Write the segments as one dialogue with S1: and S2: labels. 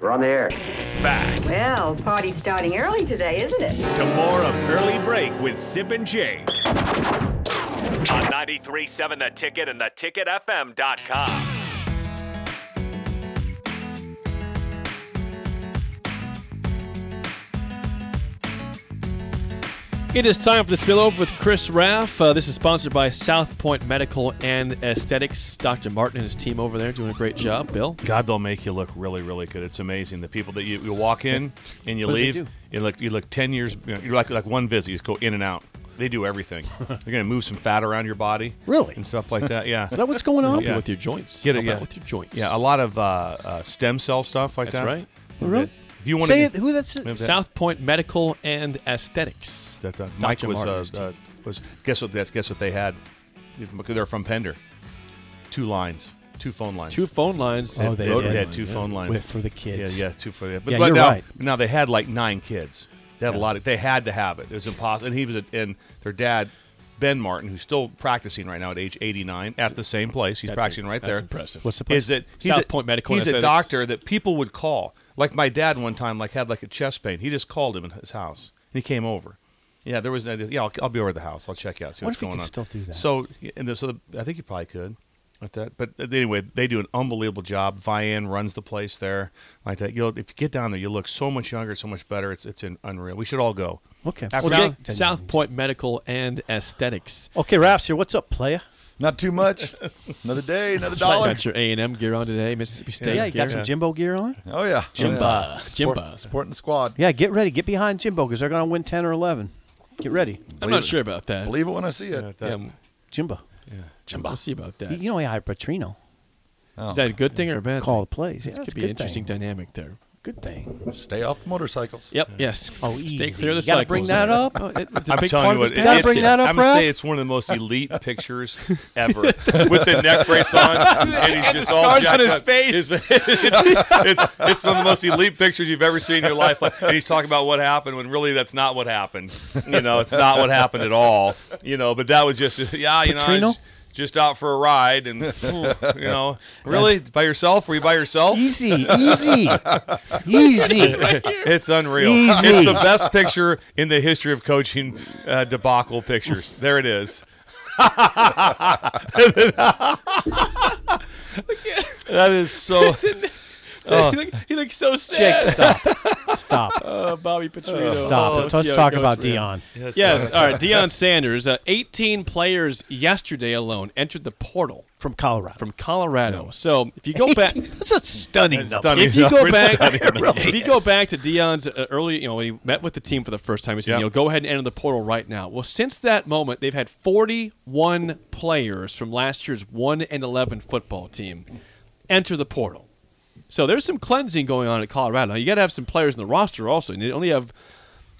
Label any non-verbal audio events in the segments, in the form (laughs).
S1: We're on the air.
S2: Back
S3: Well, party's starting early today, isn't it?
S2: to more of Early Break with Sip and Jake. On 93.7 The Ticket and theticketfm.com.
S4: It is time for the spillover with Chris Raff. Uh, this is sponsored by South Point Medical and Aesthetics. Dr. Martin and his team over there doing a great job. Bill,
S5: God, they'll make you look really, really good. It's amazing the people that you, you walk in and you
S4: What do they
S5: leave.
S4: do?
S5: You look, you look ten years. You know, you're like like one visit. You just go in and out. They do
S4: (laughs)
S5: everything. They're gonna move some fat around your body,
S6: Really?
S5: and stuff like
S4: (laughs)
S5: that. Yeah,
S6: Is that what's going on?
S4: help you
S5: Yeah.
S4: with your joints.
S5: Get it,
S4: help out
S5: yeah.
S4: with your joints.
S5: yeah. A lot of uh, uh, stem cell stuff like
S4: That's
S5: that.
S4: right.
S5: If
S6: Really?
S5: it- If you want
S6: Say
S5: to
S6: it. Who that's?
S4: South Point Medical and Aesthetics.
S5: That, uh, Mike was,
S4: Martin's
S5: uh,
S4: team.
S5: uh, was guess what? That's guess what they had. They're from Pender. Two lines, two phone lines.
S4: Two phone lines.
S6: Oh, they
S5: They
S6: did.
S5: had two phone lines.
S6: With- for the kids.
S5: Yeah, yeah, two for the. But,
S6: Yeah,
S5: but
S6: you're
S5: now,
S6: right.
S5: now they had like nine kids. They had a lot. Of, they had to have it. It was impossible. And he was, a, and their dad, Ben Martin, who's still practicing right now at age 89 at the same place. He's
S4: That's
S5: practicing
S4: im-
S5: right
S4: that's
S5: there.
S4: impressive.
S6: What's the place?
S5: Is that he's
S4: South
S5: a,
S4: Point Medical
S5: He's a
S4: Aesthetics.
S5: doctor that people would call. Like my dad one time, like had like a chest pain. He just called him in his house, and he came over. Yeah, there was. no- Yeah, I'll, I'll be over at the house. I'll check you out. See
S6: What
S5: what's
S6: if we
S5: going
S6: could
S5: on.
S6: still do that?
S5: So and the, so the, I think you probably could with that. But uh, anyway, they do an unbelievable job. Vian runs the place there like that. You'll if you get down there, you look so much younger, so much better. It's it's in, unreal. We should all go.
S6: Okay.
S5: After-
S4: Well,
S5: South-
S4: Jake, South Point Medical and Aesthetics.
S6: Okay, Raps here. What's up, playa?
S7: Not
S4: (laughs)
S7: too much. Another day, another
S4: Right,
S7: dollar.
S4: got your A and M gear on today, Mississippi State.
S6: Oh, Yeah, you got
S4: gear.
S6: some Jimbo gear on.
S7: Oh yeah,
S4: Jimba.
S7: oh, yeah. Sport-
S4: Jimba.
S7: supporting the squad.
S6: Yeah, get ready. Get behind Jimbo because they're going to win ten or eleven. Get ready,
S4: I'm
S7: Believe
S4: not
S7: it.
S4: sure about that.
S7: Believe it when I see it.
S4: yeah,
S5: That-
S4: m-
S6: Jimbo.
S4: We'll see about that.
S6: You-
S4: Is
S6: You know he hired Petrino.
S7: Oh.
S4: that a good thing or a bad
S6: Call the
S4: thing?
S6: plays. Yeah,
S4: This
S6: that's
S4: could
S6: a
S4: be
S6: good
S4: an interesting
S6: Thing.
S4: dynamic there.
S6: Good thing.
S7: Stay off the motorcycles.
S4: Yep. Yes.
S6: Oh,
S4: Stay clear
S6: easy.
S4: of the
S6: You gotta
S4: cycles.
S6: bring that up.
S4: (laughs) Oh, it- it's a
S5: I'm
S4: big
S5: telling
S4: part
S5: you
S4: of
S5: what,
S4: his
S6: gotta
S4: business.
S6: bring that up,
S5: I'm gonna
S6: Ralph.
S5: say it's one of the
S4: (laughs)
S5: most elite pictures ever with the neck brace on, and he's just all
S4: scars on
S5: jacked
S4: his
S5: up. His- it's, (laughs) it's, it's one of the most elite pictures you've ever seen in your life. Like, And he's talking about what happened when really that's not what happened. You know, it's not what happened at all. You know, but that was just yeah. You know, I
S6: Petrino?
S5: was just out for a ride, and you know, really by yourself? Were you by yourself?
S6: Easy,
S4: (laughs)
S6: easy,
S5: (laughs)
S6: easy.
S5: It's unreal.
S6: Easy.
S5: It's the best picture in the history of coaching uh, debacle pictures. There it is. (laughs) that is so.
S4: (laughs) he, looked, he looked so
S6: Jake,
S4: sick.
S6: stop, stop,
S4: Uh, Bobby Petrino.
S6: stop.
S4: (laughs) Oh,
S6: Let's
S4: see how it
S6: talk
S4: goes
S6: about
S4: for him.
S6: Dion.
S4: Yes. All right. Deion Sanders. Uh, 18 players yesterday alone entered the portal
S6: from Colorado.
S4: from Colorado. So if you go back.
S6: (laughs) that's a stunning number.
S5: stunning.
S4: If you go
S5: It's
S4: back,
S6: (laughs) really
S4: if you go back to Dion's uh, early, you know, when he met with the team for the first time, he said,
S5: Yeah.
S4: "You know, go ahead and enter the portal right now." Well, since that moment, they've had 41 players from last year's one and 11 football team enter the portal. So there's some cleansing going on at Colorado. Now, you got to have some players in the roster also, and you only have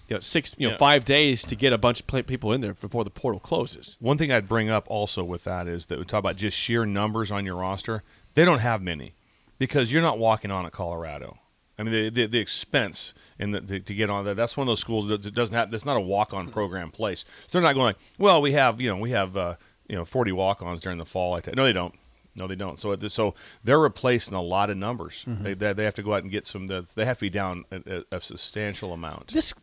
S4: you know, six, you know,
S5: Yeah.
S4: five days to get a bunch of pla- people in there before the portal closes.
S5: One thing I'd bring up also with that is that we talk about just sheer numbers on your roster. They don't have many because you're not walking on at Colorado. I mean, the the, the expense and the, the, to get on that that's one of those schools that doesn't have that's not a walk on program place. So they're not going. well, we have you know we have uh, you know 40 walk ons during the fall like that. No, they don't. No, they don't. So it, so they're replacing a lot of numbers.
S4: Mm-hmm.
S5: They, they they have to go out and get some. They have to be down a, a, a substantial amount.
S6: This,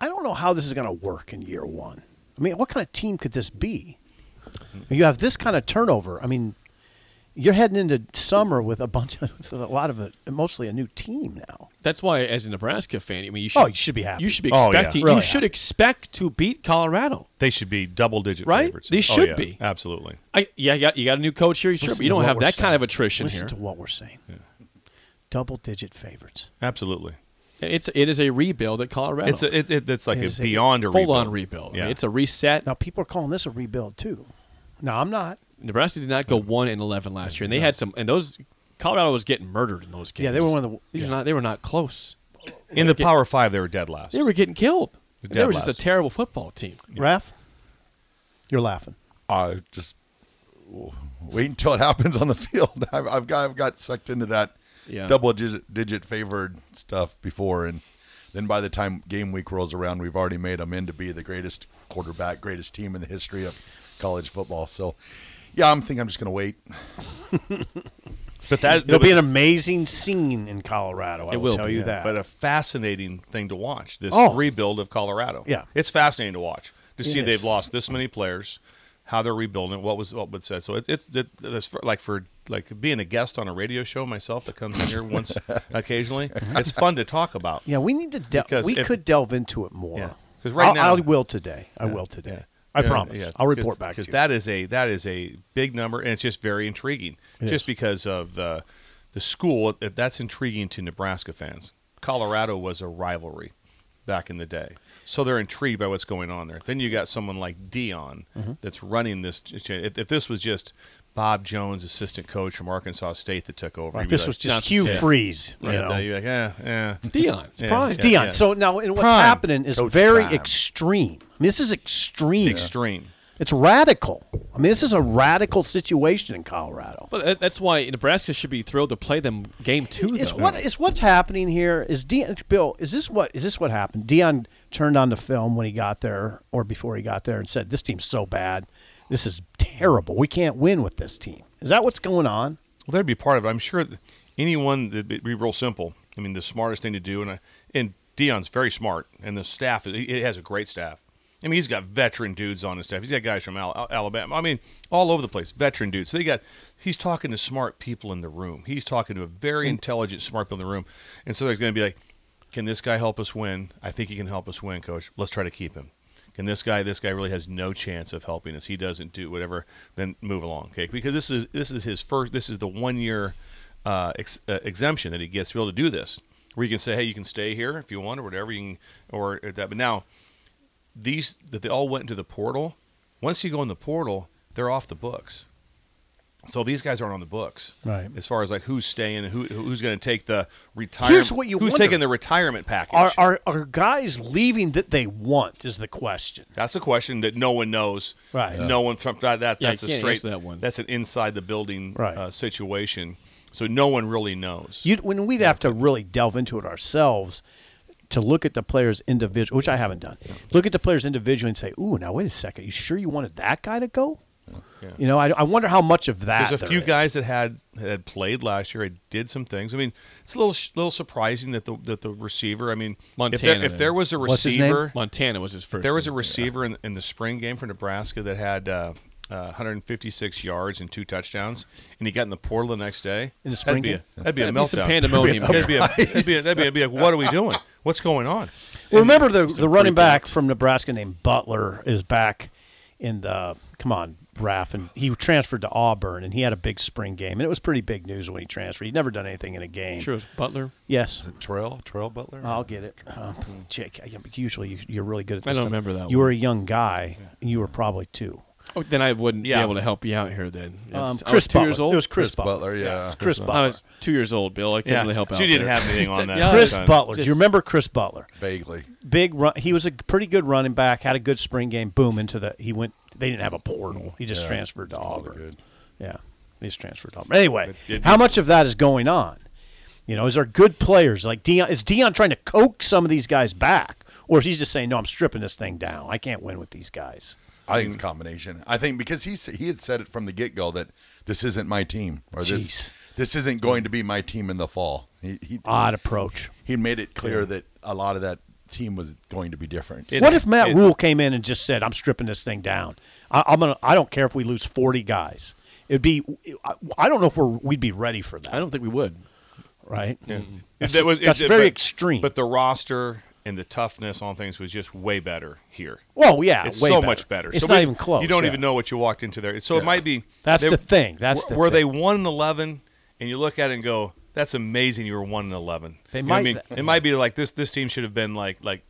S6: I don't know how this is going to work in year one. I mean, what kind of team could this be? You have this kind of turnover. I mean, you're heading into summer with a bunch of (laughs) with a lot of it, mostly a new team now.
S4: That's why, as a Nebraska fan, I mean, you should,
S6: Oh, you should be happy.
S4: you should be
S5: Oh, yeah.
S4: expecting
S6: Really
S4: you should
S6: happy.
S4: expect to beat Colorado.
S5: They should be double digit
S4: Right?
S5: favorites.
S4: They
S5: Oh,
S4: should
S5: yeah,
S4: be.
S5: absolutely.
S4: I, yeah, you got, you got a new coach here. Sure, but
S6: Listen
S4: you
S6: to
S4: don't
S6: what
S4: have
S6: we're
S4: that
S6: saying.
S4: kind of attrition
S6: Listen to
S4: here.
S6: what we're saying. Double digit favorites.
S5: Absolutely.
S4: It's it is a rebuild at Colorado.
S5: It's a, it, it, it's like
S6: It
S5: a
S6: is a
S5: beyond a
S4: full
S5: rebuild.
S4: on rebuild. I mean,
S5: Yeah.
S4: It's a reset.
S6: Now people are calling this a rebuild too. No, I'm not.
S4: Nebraska did not go one and eleven last year, and they had some. And those Colorado was getting murdered in those games.
S6: Yeah, they were one of the-
S4: These
S6: yeah.
S4: are not. They were not close.
S5: In the Power Five, they were dead last.
S4: They were getting killed.
S5: Dead
S4: They were just a
S5: last.
S4: terrible football
S6: (laughs)
S4: team.
S6: Raph, you're laughing.
S7: I just wait until it (laughs) happens on the field. (laughs) I've, I've got I've got sucked into that
S4: Yeah.
S7: double digit, digit favored stuff before, and then by the time game week rolls around, we've already made them in to be the greatest quarterback, greatest team in the history of college football. So, yeah, I'm thinking I'm just going to wait.
S5: But that
S6: It'll be an amazing scene in Colorado. I
S4: It
S6: will,
S4: will
S6: tell
S4: be,
S6: you
S4: yeah.
S6: that.
S5: but a fascinating thing to watch this
S6: Oh.
S5: rebuild of Colorado.
S6: Yeah.
S5: it's fascinating to watch to see
S6: is.
S5: they've lost this many players, how they're rebuilding, what was what was said. So it, it, it it's for, like for like being a guest on a radio show myself that comes in here once occasionally. It's fun to talk about.
S6: yeah, we need to delve.
S5: Because
S6: We
S5: if-
S6: could delve into it more.
S5: Yeah. 'Cause right
S6: I'll-
S5: now-
S6: I will today. I will today. I
S5: Yeah,
S6: promise.
S5: yeah.
S6: I'll
S5: 'Cause-
S6: report back to you.
S5: that is a that is a big number, and it's just very intriguing,
S6: It
S5: just
S6: is.
S5: because of the the school. that- That's intriguing to Nebraska fans. Colorado was a rivalry back in the day, so they're intrigued by what's going on there. Then you got someone like Dion
S6: Mm-hmm.
S5: that's running this. If, if this was just Bob Jones, assistant coach from Arkansas State, that took over,
S6: Like,
S5: you'd be
S6: this
S5: like,
S6: was
S4: not
S6: just Hugh
S4: today.
S6: Freeze. You
S5: yeah,
S6: know?
S5: you'd be like, eh, eh.
S4: Dion. It's
S5: Yeah,
S4: prime.
S5: it's-
S6: It's Dion.
S5: yeah.
S6: So now, and what's
S5: Prime.
S6: happening is
S7: Coach
S6: very
S7: Prime.
S6: extreme. I mean, this is extreme.
S5: extreme.
S6: It's radical. I mean, this is a radical situation in Colorado.
S4: But that- that's why Nebraska should be thrilled to play them game two. Though.
S6: It's what it's what's happening here is Dion Bill. Is this what is this what happened? Dion turned on the film when he got there or before he got there and said, "This team's so bad. This is terrible. We can't win with this team." Is that what's going on?
S5: Well, that'd be part of it. I'm sure th- anyone that'd be- be real simple. I mean, the smartest thing to do, and I, and Dion's very smart, and the staff he he has a great staff. I mean, he's got veteran dudes on his staff. He's got guys from Al- Al- Alabama. I mean, all over the place, veteran dudes. So they got he's talking to smart people in the room. He's talking to a very intelligent, smart people in the room, and so there's going to be like, can this guy help us win? I think he can help us win, coach. Let's try to keep him. Can this guy, this guy really has no chance of helping us. He doesn't do whatever. Then move along, okay? Because this is this is his first. This is the one year uh, ex, uh, exemption that he gets to be able to do this, where you can say, hey, you can stay here if you want or whatever you can, or, or that. But now these that they all went into the portal. Once you go in the portal, they're off the books. So these guys aren't on the books,
S6: Right.
S5: As far as like who's staying, and who who's going to take the retirement.
S6: Here's what you
S5: who's
S6: wonder.
S5: taking the retirement package.
S6: Are are, are guys leaving that they want? Is the question.
S5: That's a question that no one knows.
S6: Right.
S5: No one from that. that
S4: Yeah,
S5: that's
S4: you
S5: a
S4: can't
S5: straight.
S4: answer that one.
S5: That's an inside the building
S6: Right.
S5: uh, situation. So no one really knows.
S6: You'd, when we'd have to really delve into it ourselves to look at the players individual, which I haven't done. Look at the players individually and say, "Ooh, now wait a second. You sure you wanted that guy to go?" You know, I, I wonder how much of that.
S5: There's a
S6: there
S5: few
S6: is.
S5: guys that had that had played last year. It did some things. I mean, it's a little sh- little surprising that the that the receiver. I mean, if there,
S4: Montana.
S5: if there was a receiver,
S6: What's his name?
S4: Montana was his first.
S5: there was a
S4: name.
S5: receiver in, in the spring game for Nebraska that had uh, uh, 156 yards and two touchdowns, and he got in the portal the next day.
S6: In the
S5: that'd
S6: spring
S5: be
S6: game?
S5: a,
S6: (laughs)
S5: that'd be a
S4: That'd be some
S5: meltdown.
S4: pandemonium.
S5: That'd be, a, that'd, be a, that'd, be a- that'd be like, what are we doing? What's going on?
S6: Well, remember the
S4: He's a
S6: the running
S4: freak
S6: back
S4: out.
S6: from Nebraska named Butler is back in the come on Raff and he transferred to Auburn and he had a big spring game and it was pretty big news when he transferred. He'd never done anything in a game.
S4: Sure, it was Butler.
S6: Yes.
S7: Trail, Trail Butler.
S4: Uh,
S6: I'll get it. Um, Jake, I- usually you, you're really good at
S4: I
S6: this.
S4: don't
S6: stuff.
S4: remember that
S6: You
S4: one.
S6: were a young guy. and You were probably two.
S4: Oh, then I wouldn't
S5: Yeah.
S4: be able to help you out here. Then
S6: Um,
S4: It's- I
S6: Chris
S4: was two
S6: Butler.
S4: years old.
S6: It was Chris,
S7: Chris Butler, yeah.
S6: It's Chris Butler.
S4: I was two years old, Bill. I can't really help
S5: so
S4: out.
S5: you didn't
S4: there.
S5: have anything
S4: (laughs)
S5: on that.
S4: Yeah.
S6: Chris
S5: Time.
S6: Butler. Do
S4: Just-
S6: you remember Chris Butler?
S7: Vaguely.
S6: Big run. He was a pretty good running back. Had a good spring game. Boom into the. He went. They didn't have a portal. He just
S7: Yeah,
S6: transferred to
S7: totally
S6: Auburn.
S7: good.
S6: Yeah, he just transferred to Auburn. Anyway,
S5: did-
S6: how much of that is going on? You know, is there good players like Dion? Is Dion trying to coax some of these guys back, or is he just saying, "No, I'm stripping this thing down. I can't win with these guys."
S7: I think it's a combination. I think because he s- he had said it from the get go that this isn't my team
S6: Jeez.
S7: or
S6: Ah.
S7: this this isn't going to be my team in the fall. He he,
S6: Odd approach.
S7: he made it clear that a lot of that team was going to be different.
S5: It-
S6: what if Matt
S5: it-
S6: Rule came in and just said, "I'm stripping this thing down. I, I'm gonna. I don't care if we lose 40 guys. It'd be. I, I don't know if we're, we'd be ready for that.
S4: I don't think we would.
S6: right?
S5: If
S6: That's,
S5: Mm-hmm. that was-
S6: that's
S5: if-
S6: very
S5: but-
S6: extreme.
S5: But the roster and the toughness on things was just way better here.
S6: well, yeah,
S5: it's
S6: Uh, way
S5: so much better.
S6: It's
S5: So
S6: not
S5: we-
S6: even close.
S5: You don't
S6: yeah.
S5: even know what you walked into there. So it might be
S6: That's the thing. That's
S5: were,
S6: the
S5: were they
S6: thing.
S5: one and eleven, and you look at it and go, "That's amazing. You were one and 11.
S6: They
S5: You know what I
S6: might-
S5: mean, it might be like this. This team should have been like like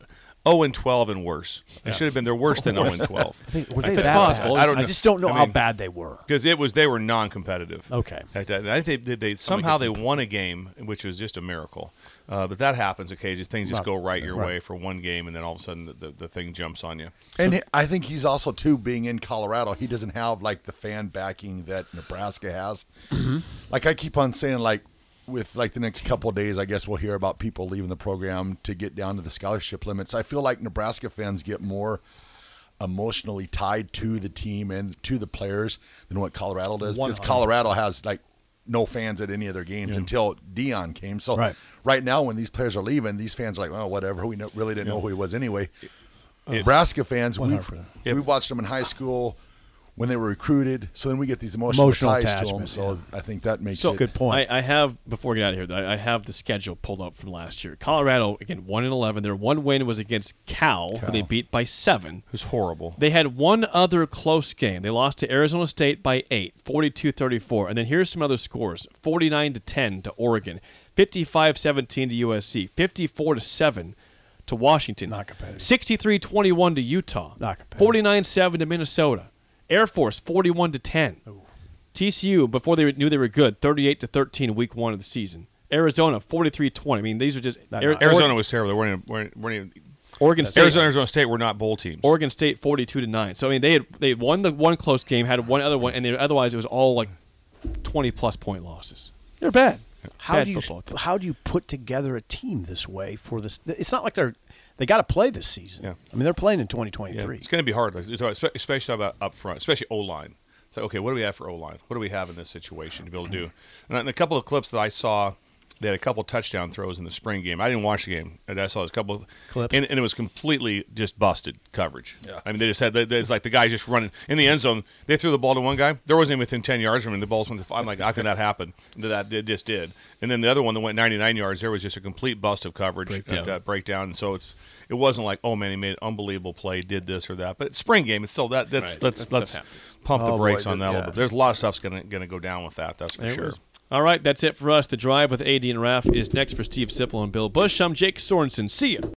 S5: zero and twelve and worse. They should have been they're worse
S6: (laughs)
S5: than zero and twelve.
S6: I think, were
S5: Like,
S6: they
S5: that's
S6: that
S5: possible.
S6: Bad?
S5: I don't. know.
S6: I just don't know
S5: I
S6: how
S5: mean,
S6: bad they were.
S5: because it was they were non-competitive.
S6: Okay.
S5: Like that. And I think they, they somehow they won a game, which was just a miracle. Uh, but that happens occasionally. Things just
S6: Right.
S5: go right your
S6: Right.
S5: way for one game, and then all of a sudden the, the, the thing jumps on you.
S7: and he- I think he's also too being in Colorado, he doesn't have like the fan backing that Nebraska has. Like I keep on saying, like with like the next couple of days, I guess we'll hear about people leaving the program to get down to the scholarship limits. I feel like Nebraska fans get more emotionally tied to the team and to the players than what Colorado does because Colorado has like no fans at any of their games until Dion came. So
S6: Right.
S7: right. now, when these players are leaving, these fans are like, "Well, whatever. We no- really didn't know who he was anyway." Nebraska fans, we've,
S6: 100%.
S5: Yep.
S7: we've watched them in high school when they were recruited. So then we get these emotional,
S6: Emotional
S7: ties to them.
S6: attachment,
S7: So I think that makes
S4: So
S7: it
S6: Good point.
S4: I, I have before we get out of here. I I have the schedule pulled up from last year. Colorado again, one and eleven. Their one win was against Cal, who they
S7: Cal.
S4: beat by seven.
S5: It was horrible.
S4: They had one other close game. They lost to Arizona State by 8, 42-34. And then here's some other scores. 49 to 10 to Oregon, 55-17 to USC, 54 to 7 to Washington.
S6: Not competitive.
S4: 63-21 to Utah.
S6: Not competitive.
S4: 49-7 to Minnesota. Air Force 41 to 10. TCU before they knew they were good, 38 to 13 week 1 of the season. Arizona 43-20. I mean, these are just
S6: Not
S4: Ar-
S6: nice.
S5: Arizona was terrible. They weren't even, weren't, weren't even
S4: Oregon State
S5: Arizona, Arizona State were not bowl teams.
S4: Oregon State forty-two to nine. So I mean, they had they won the one close game, had one other one, and they, otherwise it was all like twenty-plus point losses. They're bad.
S6: How
S4: bad
S6: do you
S4: football team.
S6: how do you put together a team this way for this? It's not like they're they got to play this season.
S5: Yeah.
S6: I mean, they're playing in
S5: Yeah,
S6: 2023.
S5: It's going to be hard, like, it's all- espe- especially about up front, especially O line. It's like, okay, what do we have for O line? What do we have in this situation to be able to do? (clears throat) And in a couple of clips that I saw, they had a couple touchdown throws in the spring game. I didn't watch the game. and I saw this couple of
S6: Clips.
S5: and, and it was completely just busted coverage. I mean, they just had they, they- it's like the guy just running in the end zone. They threw the ball to one guy. There wasn't even within ten yards from him. The balls went. To, five. I'm like, how could that happen? That that it just did. And then the other one that went 99 yards. There was just a complete bust of coverage
S4: Breakdown.
S5: uh, uh, breakdown. And so it's it wasn't like, oh man, he made an unbelievable play, did this or that. But it's spring game, it's still that. That's
S4: Right.
S5: let's
S4: That stuff
S5: let's
S4: happens.
S5: pump
S6: Oh,
S5: the
S6: boy,
S5: brakes on
S6: but-
S5: that a little
S6: yeah.
S5: bit. There's a lot of stuff's gonna gonna go down with that. That's for
S4: There it
S5: sure.
S4: is. All right, that's it for us. The drive with AD and Raf is next for Steve Sipple and Bill Bush. I'm Jake Sorensen. See ya.